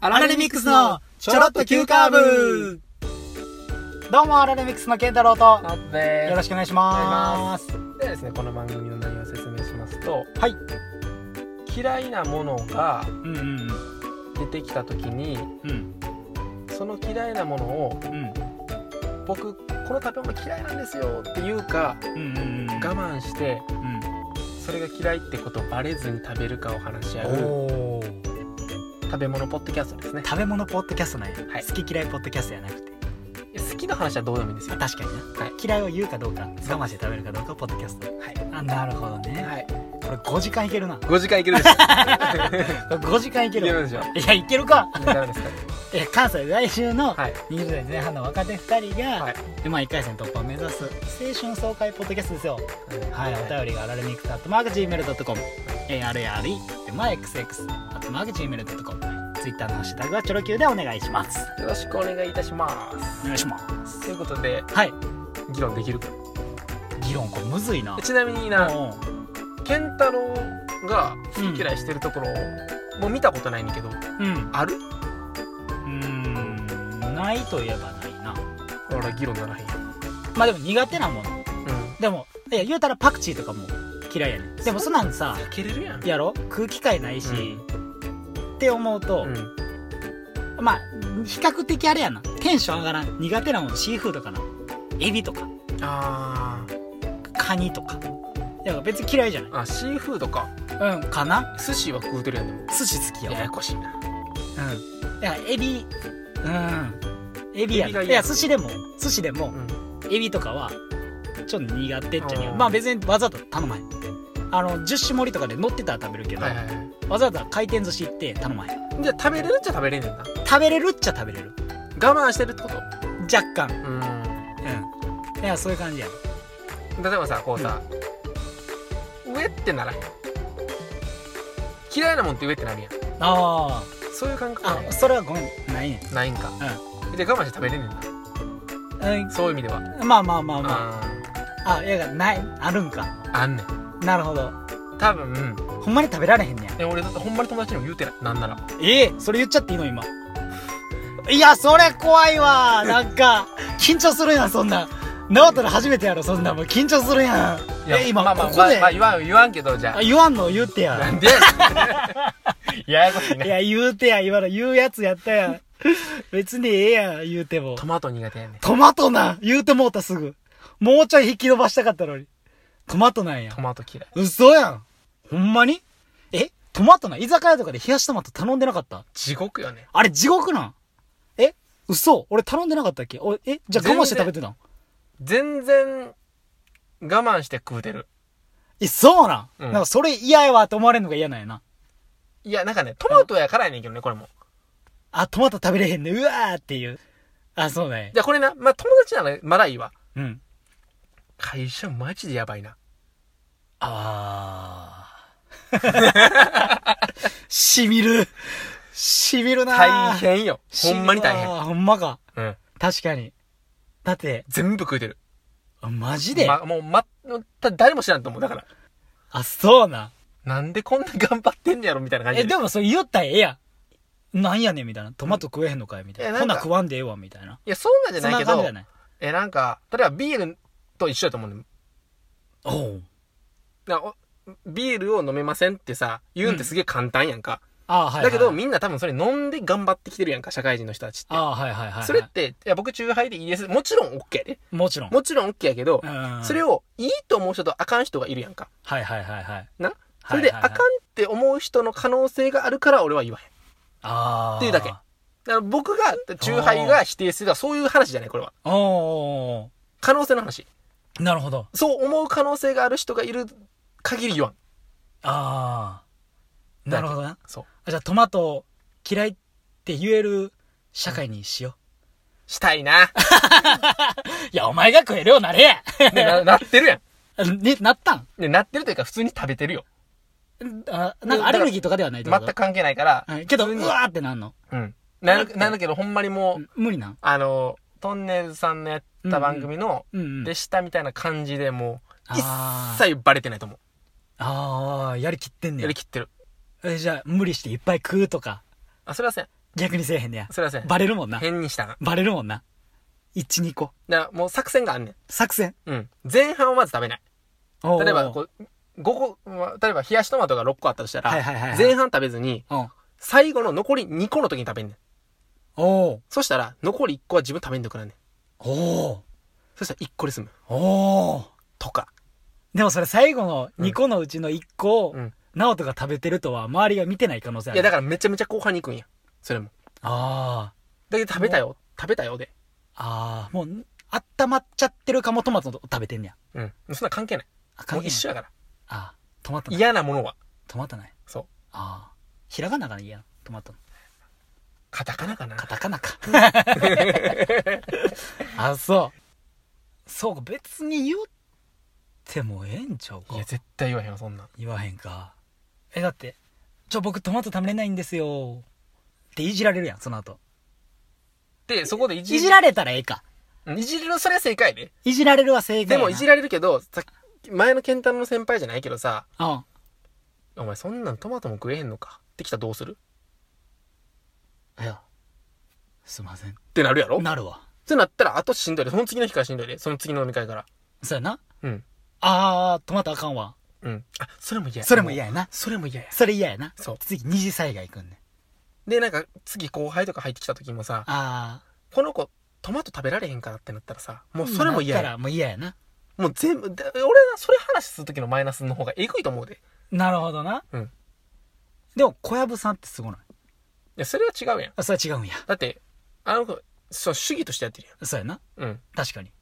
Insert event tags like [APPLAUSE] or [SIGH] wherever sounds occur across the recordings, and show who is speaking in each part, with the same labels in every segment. Speaker 1: アラレミックスのちょろっと急カーブどうもアラレミックスの健太郎と
Speaker 2: カーブで
Speaker 1: よろしくお願いします
Speaker 2: ではですねこの番組の内容を説明しますと
Speaker 1: はい
Speaker 2: 嫌いなものが
Speaker 1: うんうん
Speaker 2: 出てきた時に
Speaker 1: うん
Speaker 2: その嫌いなものを
Speaker 1: うん
Speaker 2: 僕この食べ物嫌いなんですよっていうか
Speaker 1: うんうんうん
Speaker 2: 我慢してそれが嫌いってことをバレずに食べるかを話し合
Speaker 1: うん
Speaker 2: う
Speaker 1: おー
Speaker 2: 食べ物ポッドキャストですね
Speaker 1: 食べ物ポッドキャストなんや、
Speaker 2: はい
Speaker 1: 好き嫌いポッドキャストやなくて
Speaker 2: 好きな話はどうでもいいんですよ
Speaker 1: あ確かにな、
Speaker 2: はい
Speaker 1: 嫌いを言うかどうか我慢して食べるかどうかポッドキャスト
Speaker 2: はい
Speaker 1: あなるほどね、
Speaker 2: はい
Speaker 1: これ5時間いけるな
Speaker 2: 5時間いけるでしょ
Speaker 1: 5時間いけ
Speaker 2: [LAUGHS] い
Speaker 1: る
Speaker 2: け
Speaker 1: わ
Speaker 2: るでしょ
Speaker 1: いやいけるか
Speaker 2: ダメですか
Speaker 1: いや関西在住の
Speaker 2: はい
Speaker 1: 20代前半の若手2人が、
Speaker 2: はい
Speaker 1: まあ1回戦突破を目指す青春爽快ポッドキャストですよはい、お便りがあられみくたとマーク Gmail.com、ARRE、で、まあ、XX、あとマーク Gmail.com、Twitter のハッシュタグはチョロ Q でお願いします。
Speaker 2: よろしくお願いいたします
Speaker 1: お願いします。
Speaker 2: ということで
Speaker 1: はい、
Speaker 2: 議論できるか
Speaker 1: 議論これむずいな。
Speaker 2: ちなみに
Speaker 1: う
Speaker 2: なん健太郎が好き嫌いしてるところをもう見たことないねんだけど
Speaker 1: うん、
Speaker 2: ある
Speaker 1: うん、ないといえばないな。
Speaker 2: ほら議論ならへんやん
Speaker 1: まあでも苦手なもの。でも、いや、言うたらパクチーとかも嫌いやねん。でもそんなんさ、
Speaker 2: 避けれるやん
Speaker 1: やろ空気感ないし、って思うと、
Speaker 2: うん
Speaker 1: まあ、比較的あれやな。テンション上がらん。苦手なもの、シーフードかな。エビとか。
Speaker 2: あー
Speaker 1: カニとか。いや別に嫌いじゃない。
Speaker 2: あシーフードか
Speaker 1: うん、かな
Speaker 2: 寿司は食うてるやんでも
Speaker 1: 寿司好きや
Speaker 2: やや
Speaker 1: わ。
Speaker 2: こしいな
Speaker 1: うん。いや、エビ、うん。エビや
Speaker 2: エビ
Speaker 1: な
Speaker 2: が嫌
Speaker 1: いや、寿司でも、寿司でも、
Speaker 2: ん
Speaker 1: エビとかは、ちょっと苦手っちゃ苦
Speaker 2: あ
Speaker 1: 手。
Speaker 2: ー
Speaker 1: まあ別にわざと頼まへん。あの、十種盛りとかで乗ってたら食べるけど、
Speaker 2: はいはいはい
Speaker 1: わざわざ回転寿司行って頼まへん。
Speaker 2: じゃあ食べれるっちゃ食べれんねんな
Speaker 1: 食べれるっちゃ食べれる。
Speaker 2: 我慢してるってこと
Speaker 1: 若干。
Speaker 2: うん
Speaker 1: うん。いや、そういう感じやな。
Speaker 2: 例えばさこうさ、上ってならへん嫌いなもんって上ってなるやん
Speaker 1: あ
Speaker 2: そういう感覚
Speaker 1: あ。あ、それはごめん。ないね。
Speaker 2: ないんか、じゃあ我慢して食べれんねんな
Speaker 1: う
Speaker 2: そういう意味では
Speaker 1: ん。まあまあまあまあ。
Speaker 2: あ
Speaker 1: あ、いや、ない。あるんか。
Speaker 2: ーあんねん
Speaker 1: なるほど。
Speaker 2: 多分
Speaker 1: ほんまに食べられへんねや。
Speaker 2: え俺だってほんまに友達にも言うてないなんなら
Speaker 1: ええそれ言っちゃっていいの今 [LAUGHS] いやそれ怖いわなんか緊張するやんそんなん直人の初めてやろそんなんもう緊張するやんえ今、
Speaker 2: まあまあ
Speaker 1: ここで、
Speaker 2: まあ、まあ言わん言わんけどじゃ
Speaker 1: あ言わんの言って
Speaker 2: あ
Speaker 1: や
Speaker 2: なんでやねんややこしい
Speaker 1: い [LAUGHS]
Speaker 2: ね
Speaker 1: や言うてや今の言うやつやったや [LAUGHS] ん別にええやん言うても
Speaker 2: トマト苦手やねん
Speaker 1: トマトなん言うてもうたすぐもうちょい引き伸ばしたかったのにトマトなんや
Speaker 2: トマト嫌い
Speaker 1: 嘘やんほんまにえトマトなん居酒屋とかで冷やしトマト頼んでなかった
Speaker 2: 地獄よね
Speaker 1: あれ地獄なんえ嘘俺頼んでなかったっけおえじゃあ我慢して食べてたん
Speaker 2: 全然我慢して食うてる
Speaker 1: え、そうなん、
Speaker 2: うん
Speaker 1: なんかそれ嫌やわって思われるのが嫌なんやな。
Speaker 2: いやなんかねトマトやからやねんけどねこれも
Speaker 1: あ、トマト食べれへんね。うわーっていう。あ、そうね。
Speaker 2: じゃあこれなまあ友達ならまだいいわ
Speaker 1: うん。
Speaker 2: 会社マジでやばいな
Speaker 1: あ
Speaker 2: [LAUGHS]
Speaker 1: ー。 [LAUGHS] しみる。しみるな
Speaker 2: 大変よほ
Speaker 1: しみる
Speaker 2: ん
Speaker 1: わ
Speaker 2: まに大変。
Speaker 1: ほんまか。
Speaker 2: うん
Speaker 1: 確かに。だって、
Speaker 2: 全部食うてる
Speaker 1: あマジで、
Speaker 2: ま、もうまた誰も知らんと思うだから
Speaker 1: あ、そうなん
Speaker 2: なんでこんな頑張ってんねやろみたいな感じ
Speaker 1: え、でもそれ言ったらええやん。なんやねんみたいな。トマト食えへんのかいみたい
Speaker 2: え
Speaker 1: な。
Speaker 2: なん
Speaker 1: こ
Speaker 2: か
Speaker 1: んなん食わんでええわみたいな。
Speaker 2: いや、そんなんじ
Speaker 1: そ
Speaker 2: ゃ
Speaker 1: ん
Speaker 2: ない
Speaker 1: な
Speaker 2: け
Speaker 1: 感
Speaker 2: ど
Speaker 1: じじゃ、ない。
Speaker 2: え、なんか、例えばビールと一緒だと思うねん
Speaker 1: おう
Speaker 2: だからおビールを飲めませんってさ、言うんってすげえ簡単やんか。
Speaker 1: あーはい、はい。
Speaker 2: だけど、みんな多分それ飲んで頑張ってきてるやんか、社会人の人たちって。
Speaker 1: ああ、はいはいはいはい。
Speaker 2: それって、いや、僕、中杯でいいです。もちろん OK やで。
Speaker 1: もちろん。
Speaker 2: もちろん OK やけど、
Speaker 1: うん
Speaker 2: それ
Speaker 1: を。
Speaker 2: をいいと思う人とあかん人がいるやんか。
Speaker 1: はいはいはいはい。
Speaker 2: なそれで、
Speaker 1: はい
Speaker 2: あ
Speaker 1: は
Speaker 2: か
Speaker 1: い
Speaker 2: ん
Speaker 1: はい
Speaker 2: って思う人の可能性があるから俺は言わへん。
Speaker 1: ああ。
Speaker 2: っていうだけだから僕が、中杯が否定するのはそういう話じゃない、これは。
Speaker 1: おーお
Speaker 2: 可能性の話。
Speaker 1: ーなるほど。
Speaker 2: そう思う可能性がある人がいる限り言わん。
Speaker 1: ああ。なるほどな。
Speaker 2: そう。
Speaker 1: あじゃあトマト嫌いって言える社会にしよ
Speaker 2: したいな。
Speaker 1: う。いや、お前が食えるようになれや [LAUGHS]
Speaker 2: ねななってるや
Speaker 1: ね、なったん
Speaker 2: ん、ね。なってるというか普通に食べてるよ。
Speaker 1: あなんかアレルギーとかではないってこ
Speaker 2: 全
Speaker 1: と
Speaker 2: く関係ないから。
Speaker 1: はいけど、
Speaker 2: 普
Speaker 1: う
Speaker 2: 通に
Speaker 1: わーってなんの
Speaker 2: うん。なる、なんだけどほんまにもう、
Speaker 1: 無理なん
Speaker 2: あの、トンネルズさんのやった番組の、
Speaker 1: うんうん。
Speaker 2: でしたみたいな感じでもう、一
Speaker 1: あー
Speaker 2: 切バレてないと思
Speaker 1: あー、やりきってん
Speaker 2: う。
Speaker 1: ね
Speaker 2: や
Speaker 1: や
Speaker 2: りきってる。
Speaker 1: え。じゃあ、無理していっぱい食うとか。
Speaker 2: あ、それはせん。
Speaker 1: 逆にせえへんねや
Speaker 2: それはせん
Speaker 1: バレるもんな
Speaker 2: 変にしたな
Speaker 1: バレるもんな12個
Speaker 2: だからもう作戦があんねん
Speaker 1: 作戦
Speaker 2: うん前半はまず食べない
Speaker 1: おー
Speaker 2: 例えばこう5個まあ例えば冷やしトマトが6個あったとしたら、
Speaker 1: はいはいはいはい
Speaker 2: 前半食べずに
Speaker 1: うん
Speaker 2: 最後の残り2個の時に食べんねん
Speaker 1: おー
Speaker 2: そしたら残り1個は自分食べんとくなんねん
Speaker 1: おー
Speaker 2: そしたら1個で済む
Speaker 1: おー
Speaker 2: とか
Speaker 1: でもそれ最後の2個のうちの1個を
Speaker 2: うん
Speaker 1: 直人が食べてるとは周りが見てない可能性あ
Speaker 2: い
Speaker 1: る
Speaker 2: やだからめちゃめちゃ後半に行くんやそれも
Speaker 1: あ
Speaker 2: だけど食べたよ食べたよで
Speaker 1: あああもう温まっちゃってるかもトマトと食べてんねや
Speaker 2: うんそんな関係ない
Speaker 1: あ
Speaker 2: もう一緒やから
Speaker 1: あートマトない
Speaker 2: 嫌なものは
Speaker 1: トマトない
Speaker 2: そう
Speaker 1: ああひらがながいいやトマトの
Speaker 2: カタカナかな
Speaker 1: カタカナ [LAUGHS] かあそうそうか別に言ってもええんちゃうか
Speaker 2: いや絶対言わへんわそんなん
Speaker 1: 言わへんかえだって「ちょ僕トマト食べれないんですよ」っていじられるやんその後
Speaker 2: でそこでいじ
Speaker 1: いじられたらええか
Speaker 2: うんいじるそれは正解やで
Speaker 1: いじられるは正解
Speaker 2: で
Speaker 1: やな
Speaker 2: もいじられるけどさ前の健太郎の先輩じゃないけどさ
Speaker 1: うん
Speaker 2: 「お前そんなんトマトも食えへんのか」ってきたらどうする
Speaker 1: いやすいません
Speaker 2: ってなるやろっ
Speaker 1: なるわ
Speaker 2: てなったらあとしんどいでその次の日からしんどいでその次の飲み会から
Speaker 1: そうやな
Speaker 2: うん
Speaker 1: あートマトあかんわ
Speaker 2: うんあそれも嫌や
Speaker 1: それも嫌やな
Speaker 2: それも嫌や
Speaker 1: それ嫌やな
Speaker 2: そう
Speaker 1: 次二次災害行くんね
Speaker 2: でなんか次後輩とか入ってきた時もさ
Speaker 1: ああ
Speaker 2: この子トマト食べられへんかなってなったらさもうそれも嫌
Speaker 1: なった
Speaker 2: や
Speaker 1: らもう嫌やな
Speaker 2: もう全部で俺はそれ話する時のマイナスの方がえぐいと思うでい
Speaker 1: なるほどな、
Speaker 2: うん
Speaker 1: でも小籔さんってすごない
Speaker 2: やそれは違うやん
Speaker 1: あそれは違うんや
Speaker 2: だってあの子そう主義としてやってる
Speaker 1: そうやな
Speaker 2: やんうん
Speaker 1: 確かに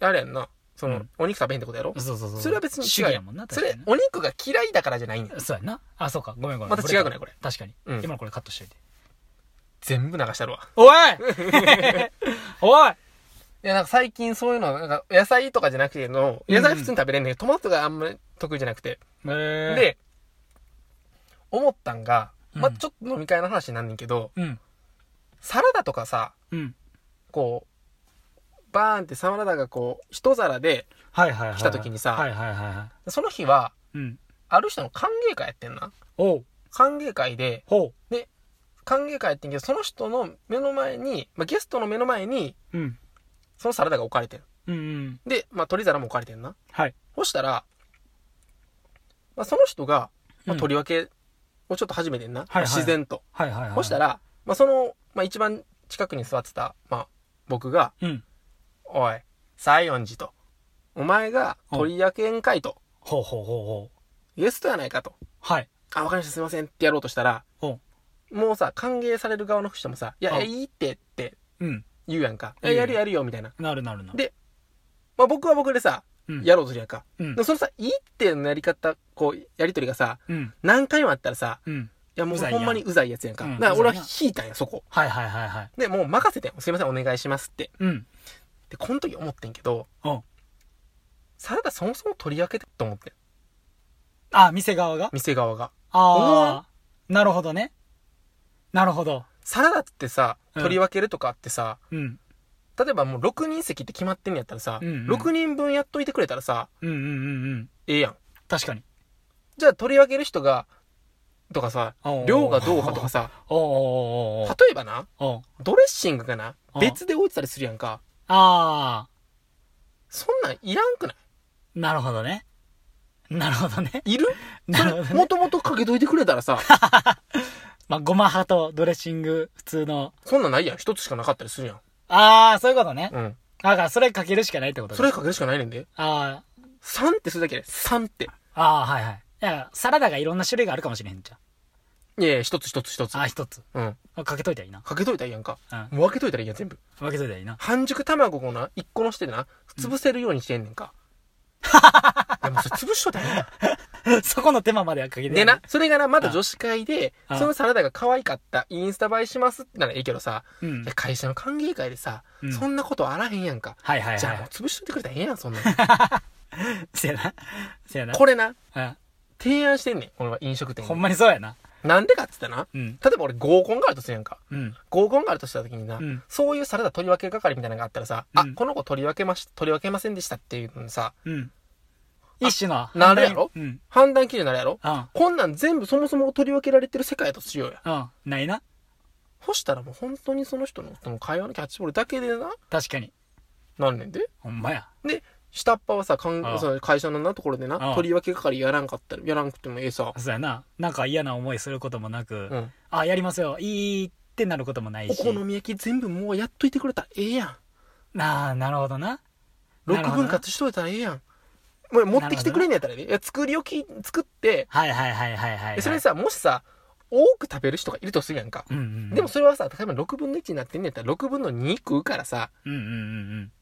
Speaker 2: あれやんなその、
Speaker 1: うん
Speaker 2: お肉食べへんってことやろ
Speaker 1: そうそうそう
Speaker 2: それは別に
Speaker 1: 主義
Speaker 2: 違うや
Speaker 1: や
Speaker 2: ん
Speaker 1: もんな
Speaker 2: そ
Speaker 1: 確か
Speaker 2: れ
Speaker 1: にな
Speaker 2: お肉が嫌いだからじゃないんや
Speaker 1: そうやなあそうかごめんごめん
Speaker 2: また違うくないこれ
Speaker 1: 確かに、
Speaker 2: うん
Speaker 1: 今のこれカットしといて
Speaker 2: 全部流したるわ
Speaker 1: おい [LAUGHS] おい
Speaker 2: いやなんか最近そういうのなんか野菜とかじゃなくての
Speaker 1: うん
Speaker 2: 野菜普通に食べれんねんけど、トマトがあんまり得意じゃなくて、
Speaker 1: で
Speaker 2: で思ったんがま
Speaker 1: う
Speaker 2: あ
Speaker 1: ん
Speaker 2: ちょっと飲み会の話になんねんけど、
Speaker 1: うん
Speaker 2: サラダとかさ
Speaker 1: うん
Speaker 2: こうバーンってサラダがこう一皿で
Speaker 1: はいはいはい
Speaker 2: 来た時にさ
Speaker 1: はいはいはいは
Speaker 2: その日はい
Speaker 1: うん
Speaker 2: ある人の歓迎会やってんな
Speaker 1: おう
Speaker 2: 歓迎会で
Speaker 1: ほ
Speaker 2: 歓迎会やってんけどその人の目の前に、まあ、ゲストの目の前に
Speaker 1: ううん
Speaker 2: そのサラダが置かれてる
Speaker 1: うんうん
Speaker 2: で、まあ、取り皿も置かれてんな
Speaker 1: はい
Speaker 2: そしたら、まあ、その人が、
Speaker 1: う
Speaker 2: まあ、
Speaker 1: ん
Speaker 2: 取り分けをちょっと始めてんな、
Speaker 1: はいはい
Speaker 2: 自然と、
Speaker 1: はいはいはい
Speaker 2: そしたら、まあ、その、まあ、一番近くに座ってた、まあ、僕が
Speaker 1: うん
Speaker 2: 「おい西園寺」と「お前が取り分けんかい」と
Speaker 1: ほうほうほうほう
Speaker 2: 「ゲストやないか」と
Speaker 1: はい
Speaker 2: 「あわかりましたすいません」ってやろうとしたら
Speaker 1: ほ
Speaker 2: もうさ歓迎される側の人もさ「いや
Speaker 1: うん
Speaker 2: えいいって」って
Speaker 1: ううん
Speaker 2: 言うやんか「
Speaker 1: う
Speaker 2: え
Speaker 1: ん
Speaker 2: やるよやるよ」みたいな、
Speaker 1: なるなるなる
Speaker 2: でまあ、僕は僕でさ
Speaker 1: うん
Speaker 2: やろうとするやんか、
Speaker 1: うん
Speaker 2: でもそのさ「いいって」のやり方こうやりとりがさ
Speaker 1: うん
Speaker 2: 何回もあったらさ
Speaker 1: うん
Speaker 2: いやもう
Speaker 1: うざいやん
Speaker 2: ほんまにうざいやつやんか。
Speaker 1: うん
Speaker 2: だから俺は
Speaker 1: うざい
Speaker 2: 引いたんや、そこ。
Speaker 1: はいはいはいはい
Speaker 2: で、もう任せてん。すいません、お願いしますって。
Speaker 1: うん
Speaker 2: で、この時思ってんけど、
Speaker 1: うん
Speaker 2: サラダそもそも取り分けてと思ってん。
Speaker 1: あ店側が
Speaker 2: 店側が。
Speaker 1: ああなるほどねなるほど
Speaker 2: サラダってさ、
Speaker 1: うん
Speaker 2: 取り分けるとかってさ、
Speaker 1: うん
Speaker 2: 例えばもう6人席って決まってんやったらさ、
Speaker 1: うんうん
Speaker 2: 6人分やっといてくれたらさ、
Speaker 1: うんうんうんうん
Speaker 2: ええやん。
Speaker 1: 確かに
Speaker 2: じゃあ取り分ける人が、とかさ
Speaker 1: おうおうお、う
Speaker 2: 量がどうかとか
Speaker 1: [LAUGHS]
Speaker 2: さ、
Speaker 1: おおおうおうおう
Speaker 2: 例えばな、
Speaker 1: おう
Speaker 2: ドレッシングがな
Speaker 1: うん、
Speaker 2: 別で置いてたりするやんか。
Speaker 1: あ
Speaker 2: そんなんいらんくない
Speaker 1: あなるほどねなるほどね
Speaker 2: いる
Speaker 1: [LAUGHS] な
Speaker 2: そ
Speaker 1: るほど
Speaker 2: れ、
Speaker 1: ね
Speaker 2: もともとかけといてくれた
Speaker 1: [LAUGHS]
Speaker 2: らさ、
Speaker 1: まあ、ごま派とドレッシング、普通の。
Speaker 2: そんなんないやん。一つしかなかったりするやん。
Speaker 1: ああ、そういうことね。
Speaker 2: うん。
Speaker 1: だから、それかけるしかないってこと
Speaker 2: それかけるしかないねんで。
Speaker 1: あ
Speaker 2: 3ってするだけで、3って。
Speaker 1: あ、ああ、はいはい。いや、サラダがいろんな種類があるかもしれへんじゃん。
Speaker 2: いやいや、一つ一つ一つ
Speaker 1: あ。あ、一つ。
Speaker 2: うん。
Speaker 1: かけといたらいいな。
Speaker 2: かけといたらいいやんか。
Speaker 1: うん。
Speaker 2: もう分けといたらいいやん、全部。
Speaker 1: 分けといたらいいな。 [LAUGHS]
Speaker 2: 半熟卵をな、1個のしてでな、潰せるようにしてんねんか。いや、もうそれ潰しといたらいいや
Speaker 1: そこの手間まではかけて
Speaker 2: ん。でな、。それがな、まだ女子会で
Speaker 1: あ、
Speaker 2: そのサラダが可愛かった、インスタ映えしますってならいいけどさ、
Speaker 1: うん
Speaker 2: いや。会社の歓迎会でさ
Speaker 1: うん、
Speaker 2: そんなことあらへんやんか。
Speaker 1: はいはい
Speaker 2: じゃあ
Speaker 1: は
Speaker 2: もう
Speaker 1: い。
Speaker 2: 潰しといてくれたらええやん、そんなん。
Speaker 1: [LAUGHS] せやな。せやな。
Speaker 2: これな、
Speaker 1: う
Speaker 2: 提案してんねん、俺は飲食店
Speaker 1: ん。
Speaker 2: に
Speaker 1: ほんまにそうやな。
Speaker 2: なんでかって言ったらな、
Speaker 1: うん。
Speaker 2: 例えば俺合コンがあるとするやんか。
Speaker 1: うん。
Speaker 2: 合コンがあるとした時にな、
Speaker 1: うん
Speaker 2: そういうサラダ取り分け係みたいなのがあったらさ、
Speaker 1: う
Speaker 2: あ
Speaker 1: ん
Speaker 2: この子取り分けまし取り分けませんでしたっていうのさ
Speaker 1: うん。一種の。
Speaker 2: なるやろ
Speaker 1: うん。うん。
Speaker 2: 判断基準になるやろ
Speaker 1: うん。
Speaker 2: こんなん全部そもそも取り分けられてる世界やとしようや
Speaker 1: ないな。
Speaker 2: 干したらもう本当にその人のとの会話のキャッチボールだけでな
Speaker 1: 確かに
Speaker 2: 何年で
Speaker 1: ほんまや
Speaker 2: で下っ端はさか
Speaker 1: ああ
Speaker 2: んその会社のなところで
Speaker 1: あ
Speaker 2: な
Speaker 1: あ
Speaker 2: とりわけ係やらんかったらやらんくてもええさ、
Speaker 1: そうやななんか嫌な思いすることもなく、
Speaker 2: うん、
Speaker 1: あやりますよいいってなることもない
Speaker 2: お
Speaker 1: し
Speaker 2: 好み焼き全部もうやっといてくれたらええやん
Speaker 1: なあなるほどななる
Speaker 2: 6
Speaker 1: ほど
Speaker 2: 分
Speaker 1: な
Speaker 2: 割しといたらええやんもう持ってきてくれんのやったらねいや作り置き作って
Speaker 1: はいはいはいはいはい、はい、
Speaker 2: でそれでさもしさ多く食べる人がいるとするやんか
Speaker 1: うんうんうん、
Speaker 2: でもそれはさ例えば6分の1になってんねやったら6分の2食うからさ
Speaker 1: うんうんうんうん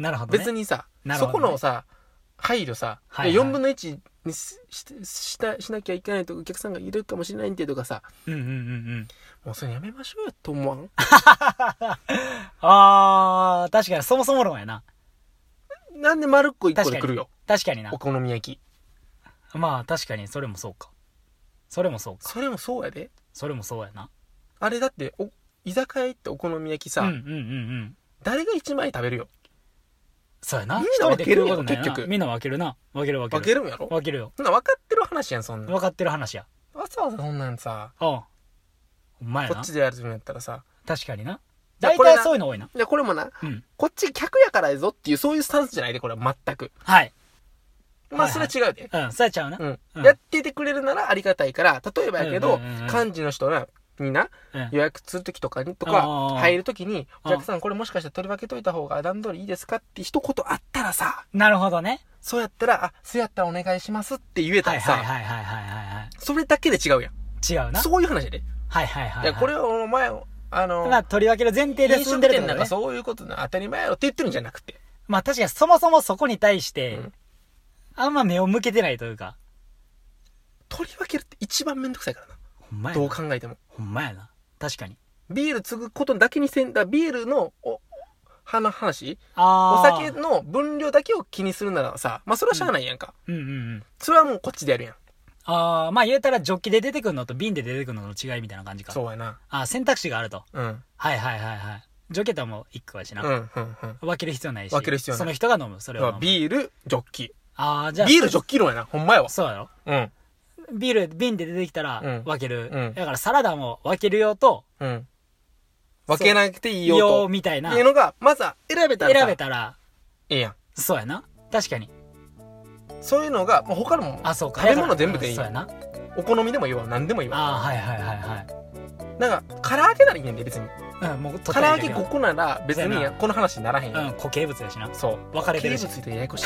Speaker 1: なるほど、ね、
Speaker 2: 別にさ、
Speaker 1: なるほ
Speaker 2: そ
Speaker 1: どね
Speaker 2: このさ配慮さ、
Speaker 1: はいはい
Speaker 2: 4分の1にしししたしなきゃいけないとお客さんがいるかもしれないんでとかさ
Speaker 1: うんうんうんうん
Speaker 2: もうそれやめましょうよと思わん
Speaker 1: あー確かにそもそも論やな
Speaker 2: なんで丸っこ1個
Speaker 1: 確
Speaker 2: で
Speaker 1: か
Speaker 2: 来る
Speaker 1: に
Speaker 2: よ
Speaker 1: 確かにな
Speaker 2: お好み焼き
Speaker 1: まあ確かにそれもそうかそれもそうか
Speaker 2: それもそうやで
Speaker 1: それもそうやな
Speaker 2: あれだってお居酒屋行ってお好み焼きさ、
Speaker 1: うんうんうんうん
Speaker 2: 誰が1枚食べるよ
Speaker 1: そうやな
Speaker 2: みん
Speaker 1: 一
Speaker 2: な
Speaker 1: 人
Speaker 2: 分
Speaker 1: で
Speaker 2: け
Speaker 1: 食
Speaker 2: る
Speaker 1: う
Speaker 2: や
Speaker 1: こ
Speaker 2: ろ
Speaker 1: とないよ
Speaker 2: 結
Speaker 1: な
Speaker 2: 局
Speaker 1: みんな分けるな分ける分け
Speaker 2: 分
Speaker 1: る
Speaker 2: けるんやろ
Speaker 1: 分けるよ
Speaker 2: そんなん分かってる話やんそんなん
Speaker 1: 分かってる話や
Speaker 2: わざわざそんなんさ
Speaker 1: うんお前
Speaker 2: こ
Speaker 1: な
Speaker 2: っちでやるんやったらさ
Speaker 1: 確かにな
Speaker 2: だ
Speaker 1: 大
Speaker 2: これ
Speaker 1: 体
Speaker 2: な
Speaker 1: そういうの多いな
Speaker 2: でこれもな
Speaker 1: うん
Speaker 2: こっち客やからやぞっていうそういうスタンスじゃないでこれは全く
Speaker 1: はい
Speaker 2: ま
Speaker 1: は
Speaker 2: あ
Speaker 1: い
Speaker 2: そ
Speaker 1: はい
Speaker 2: れは違うで、
Speaker 1: うんそうやっちゃうな
Speaker 2: うん
Speaker 1: うん
Speaker 2: やっててくれるならありがたいから例えばやけど、
Speaker 1: うんうんうんうん
Speaker 2: 幹事の人らにな
Speaker 1: うん
Speaker 2: 予約する時とかにと
Speaker 1: うんうんう
Speaker 2: か
Speaker 1: ん
Speaker 2: 入る時に「
Speaker 1: う
Speaker 2: お
Speaker 1: ん
Speaker 2: 客さんこれもしかして取り分けといた方が段取りいいですか?」って一言あったらさ
Speaker 1: なるほどね
Speaker 2: そうやったら「あそうやったらお願いします」って言えた
Speaker 1: はい
Speaker 2: ら
Speaker 1: はい
Speaker 2: さ、
Speaker 1: はいはいはいはい
Speaker 2: それだけで違うやん
Speaker 1: はい違うな
Speaker 2: そういう話やで、
Speaker 1: はいはいはい
Speaker 2: い
Speaker 1: はい
Speaker 2: やこれはお前あの、
Speaker 1: まあ取り分ける前提で
Speaker 2: 飲
Speaker 1: 進
Speaker 2: 食
Speaker 1: んでるって
Speaker 2: 店
Speaker 1: こ
Speaker 2: な
Speaker 1: と
Speaker 2: ん
Speaker 1: ね
Speaker 2: かそういうことな当たり前やろって言ってるんじゃなくて
Speaker 1: まあ確かにそもそもそこに対して、
Speaker 2: うん
Speaker 1: あんま目を向けてないというか
Speaker 2: 取り分けるって一番めんどくさいからな
Speaker 1: ほんまや
Speaker 2: どう
Speaker 1: な
Speaker 2: 考えても
Speaker 1: ほんまやな確かに
Speaker 2: ビール継ぐことだけにせんだビールのおはな話
Speaker 1: あ
Speaker 2: お
Speaker 1: あ
Speaker 2: 酒の分量だけを気にするならさまあそれはしゃあないやんか、
Speaker 1: うんうんうん
Speaker 2: それはもうこっちでやるやん
Speaker 1: ああまあ言えたらジョッキで出てくるのと瓶で出てくるのの違いみたいな感じか
Speaker 2: そうやな
Speaker 1: ああ選択肢があると
Speaker 2: うん
Speaker 1: はいはいはいはいジョッキとはもう一個やしな、
Speaker 2: うんうんうん
Speaker 1: 分ける必要ないし
Speaker 2: 分ける必要ない
Speaker 1: その人が飲むそれを飲む
Speaker 2: ビールジョッキ
Speaker 1: ああじゃあ
Speaker 2: ビールジョッキ論やなほんまやわ
Speaker 1: そうやろ
Speaker 2: うん
Speaker 1: ビール瓶で出てきた
Speaker 2: う
Speaker 1: ら
Speaker 2: ん
Speaker 1: 分ける、
Speaker 2: うん
Speaker 1: だからサラダも分ける用と
Speaker 2: うん分けなくていいよ
Speaker 1: 用
Speaker 2: と
Speaker 1: みたいな
Speaker 2: っていうのがまずは選べたらさ
Speaker 1: 選べたら
Speaker 2: ええやん
Speaker 1: そうやな確かに
Speaker 2: そういうのがもう他のも
Speaker 1: あそうか
Speaker 2: 食べ物全部でいい
Speaker 1: そうやな
Speaker 2: お好みでもいいわ何でもいいわ
Speaker 1: ああはいはいはい
Speaker 2: なんか唐揚げならいいねんで別に
Speaker 1: はいうんもう
Speaker 2: 唐揚げ5個なら別
Speaker 1: そう
Speaker 2: に
Speaker 1: やな
Speaker 2: この話にならへんや、
Speaker 1: うんん固形物やしな
Speaker 2: そう
Speaker 1: 分かれてるし
Speaker 2: 固形物でややこし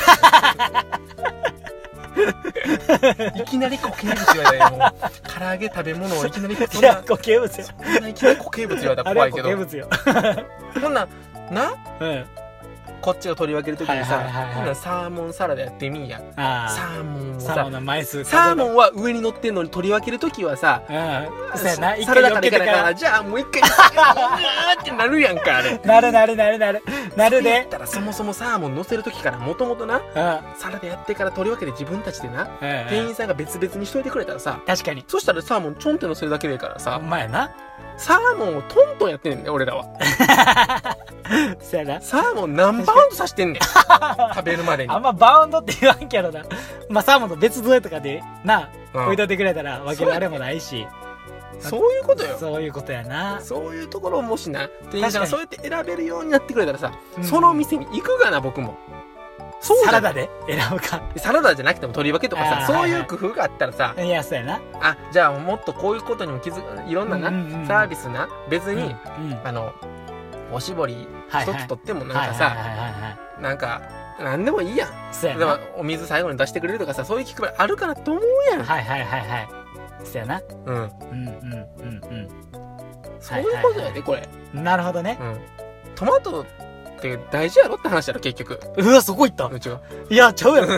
Speaker 2: いいきなり固形物言われたよもう唐揚げ食べ物をいきなりそ
Speaker 1: い
Speaker 2: んな
Speaker 1: や [LAUGHS] 固形物や
Speaker 2: そんないきなり固形物言われた
Speaker 1: あ
Speaker 2: ら
Speaker 1: れ
Speaker 2: 怖
Speaker 1: はい固
Speaker 2: けど
Speaker 1: 形物よ
Speaker 2: こんなんな
Speaker 1: [LAUGHS] うん
Speaker 2: こっちを取り分けるときにさ、
Speaker 1: はいはいはいはい
Speaker 2: こんなんサーモンサラダやってみんやサ
Speaker 1: あ
Speaker 2: ーモンを
Speaker 1: あ
Speaker 2: さ
Speaker 1: サ
Speaker 2: サ
Speaker 1: ーモンの枚数
Speaker 2: ーモンは上に乗ってんのに取り分けるときはさ
Speaker 1: うんそうやな一
Speaker 2: サ
Speaker 1: 回
Speaker 2: ラ
Speaker 1: 避
Speaker 2: ダから
Speaker 1: け
Speaker 2: い
Speaker 1: て
Speaker 2: かな
Speaker 1: か
Speaker 2: いから
Speaker 1: ら
Speaker 2: じゃあもう一回サーモンうわーってなるやんかあれ
Speaker 1: なるなるなるなるなる
Speaker 2: 言っ
Speaker 1: で
Speaker 2: たらそもそもサーモン乗せるときからもともとな
Speaker 1: うんうん
Speaker 2: サラダやってから取り分けて自分たちでな店
Speaker 1: うん
Speaker 2: 員さんが別々にしといてくれたらさ
Speaker 1: 確かに
Speaker 2: そしたらサーモンちょんって乗せるだけでいいから
Speaker 1: お
Speaker 2: さ
Speaker 1: 前やな
Speaker 2: サーモンをトントンやってんねん俺らは
Speaker 1: そうやな
Speaker 2: サーモン何バウンドさし
Speaker 1: [LAUGHS]
Speaker 2: てんねん食べるまでに
Speaker 1: あんまバウンドって言わんけどなまあサーモンと別添えとかでな
Speaker 2: うん
Speaker 1: 置いといてくれたら分け
Speaker 2: そう
Speaker 1: る
Speaker 2: や
Speaker 1: あれもないし
Speaker 2: そういうことよ
Speaker 1: そういうことやな
Speaker 2: そういうところをもしな店員さんが
Speaker 1: 確
Speaker 2: そうやって選べるようになってくれたらさ
Speaker 1: うん
Speaker 2: その店に行くがな僕もそうじ
Speaker 1: サ
Speaker 2: ゃ
Speaker 1: ラ
Speaker 2: な
Speaker 1: ダ
Speaker 2: い
Speaker 1: で選ぶか
Speaker 2: サラダじゃなくても取り分けとか
Speaker 1: あー
Speaker 2: さそう
Speaker 1: はい
Speaker 2: い
Speaker 1: は
Speaker 2: う
Speaker 1: い
Speaker 2: 工夫があったらさ
Speaker 1: いやそうやな
Speaker 2: あじゃあもっとこういうことにも気づくいろんな
Speaker 1: うんうんうん
Speaker 2: なサービスな別
Speaker 1: うんう
Speaker 2: に
Speaker 1: ん
Speaker 2: あのおしぼり
Speaker 1: はい
Speaker 2: 一
Speaker 1: はい
Speaker 2: つとってもな
Speaker 1: はい
Speaker 2: んか
Speaker 1: はい
Speaker 2: さ
Speaker 1: はいはいはい
Speaker 2: なんかなんでもいいやん
Speaker 1: そうや
Speaker 2: で
Speaker 1: な
Speaker 2: もお水最後に出してくれるとかさそういう気配りあるかなと思うやん、
Speaker 1: はいはいはいはいそうやな
Speaker 2: うん、
Speaker 1: うんうんうん
Speaker 2: そういうこと
Speaker 1: はいはい
Speaker 2: や
Speaker 1: は
Speaker 2: でこれ、
Speaker 1: うんなるほどね
Speaker 2: うん、トマトって大事やろって話やろ結局
Speaker 1: うわそこいった
Speaker 2: うちは
Speaker 1: いやちゃうやろ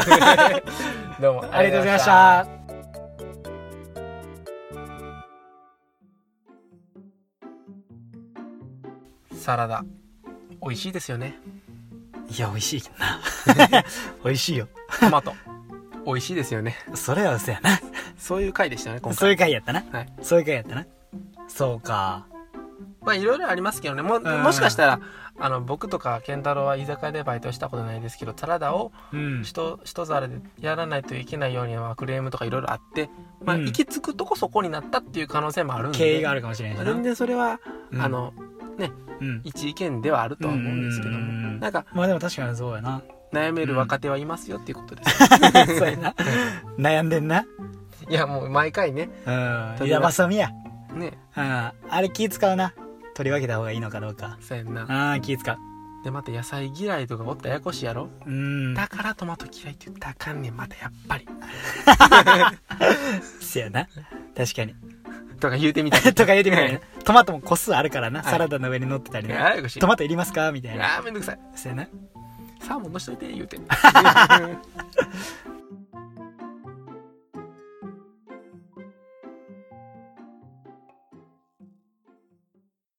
Speaker 2: どうも
Speaker 1: ありがとうございました
Speaker 2: サラダ美味しいですよね
Speaker 1: いや美味しいけどな [LAUGHS] 美味しいよ
Speaker 2: トマト美味しいですよね
Speaker 1: それは嘘やな
Speaker 2: そういう回でしたね今
Speaker 1: そういう
Speaker 2: 回
Speaker 1: 回やったな、
Speaker 2: はい
Speaker 1: そういう回やったなそうか
Speaker 2: まあいろいろありますけどねも
Speaker 1: ん
Speaker 2: もしかしたらあの僕とか健太郎は居酒屋でバイトしたことないですけどサラダを
Speaker 1: うん
Speaker 2: 一一皿でやらないといけないようにはクレームとかいろいろあって、まあ、
Speaker 1: うん
Speaker 2: 行き着くとこそこになったっていう可能性もあるんで
Speaker 1: 経緯があるかもしれないしな
Speaker 2: 全然それは、
Speaker 1: うん
Speaker 2: あの
Speaker 1: うん
Speaker 2: 一意見ではあるとは思うんですけども、
Speaker 1: うんうんうんうん
Speaker 2: なんか
Speaker 1: まあでも確かにそうや [LAUGHS] な
Speaker 2: 悩める若手はいますよっていうことです、
Speaker 1: そうやな悩んでんな
Speaker 2: [LAUGHS] いやもう毎回ね
Speaker 1: うん
Speaker 2: 鳥
Speaker 1: い
Speaker 2: は
Speaker 1: やまさみや、
Speaker 2: ね
Speaker 1: うん、あれ気使うな取り分けた方がいいのかどうか
Speaker 2: そうやんな
Speaker 1: あー気使う
Speaker 2: でまた野菜嫌いとかおったらややこしいやろ
Speaker 1: うん
Speaker 2: だからトマト嫌いって言ったらあかんねんまたやっぱり
Speaker 1: そうやな確かに [LAUGHS]
Speaker 2: とか言うてみたり
Speaker 1: とか言うてみたいな
Speaker 2: ね
Speaker 1: トマトも個数あるからな、
Speaker 2: はい
Speaker 1: サラダの上に乗ってたりな
Speaker 2: [LAUGHS] ややこしい
Speaker 1: トマトいりますかみたいな
Speaker 2: あーめんどくさい
Speaker 1: そうやな [LAUGHS]
Speaker 2: サーモンのしといて言うて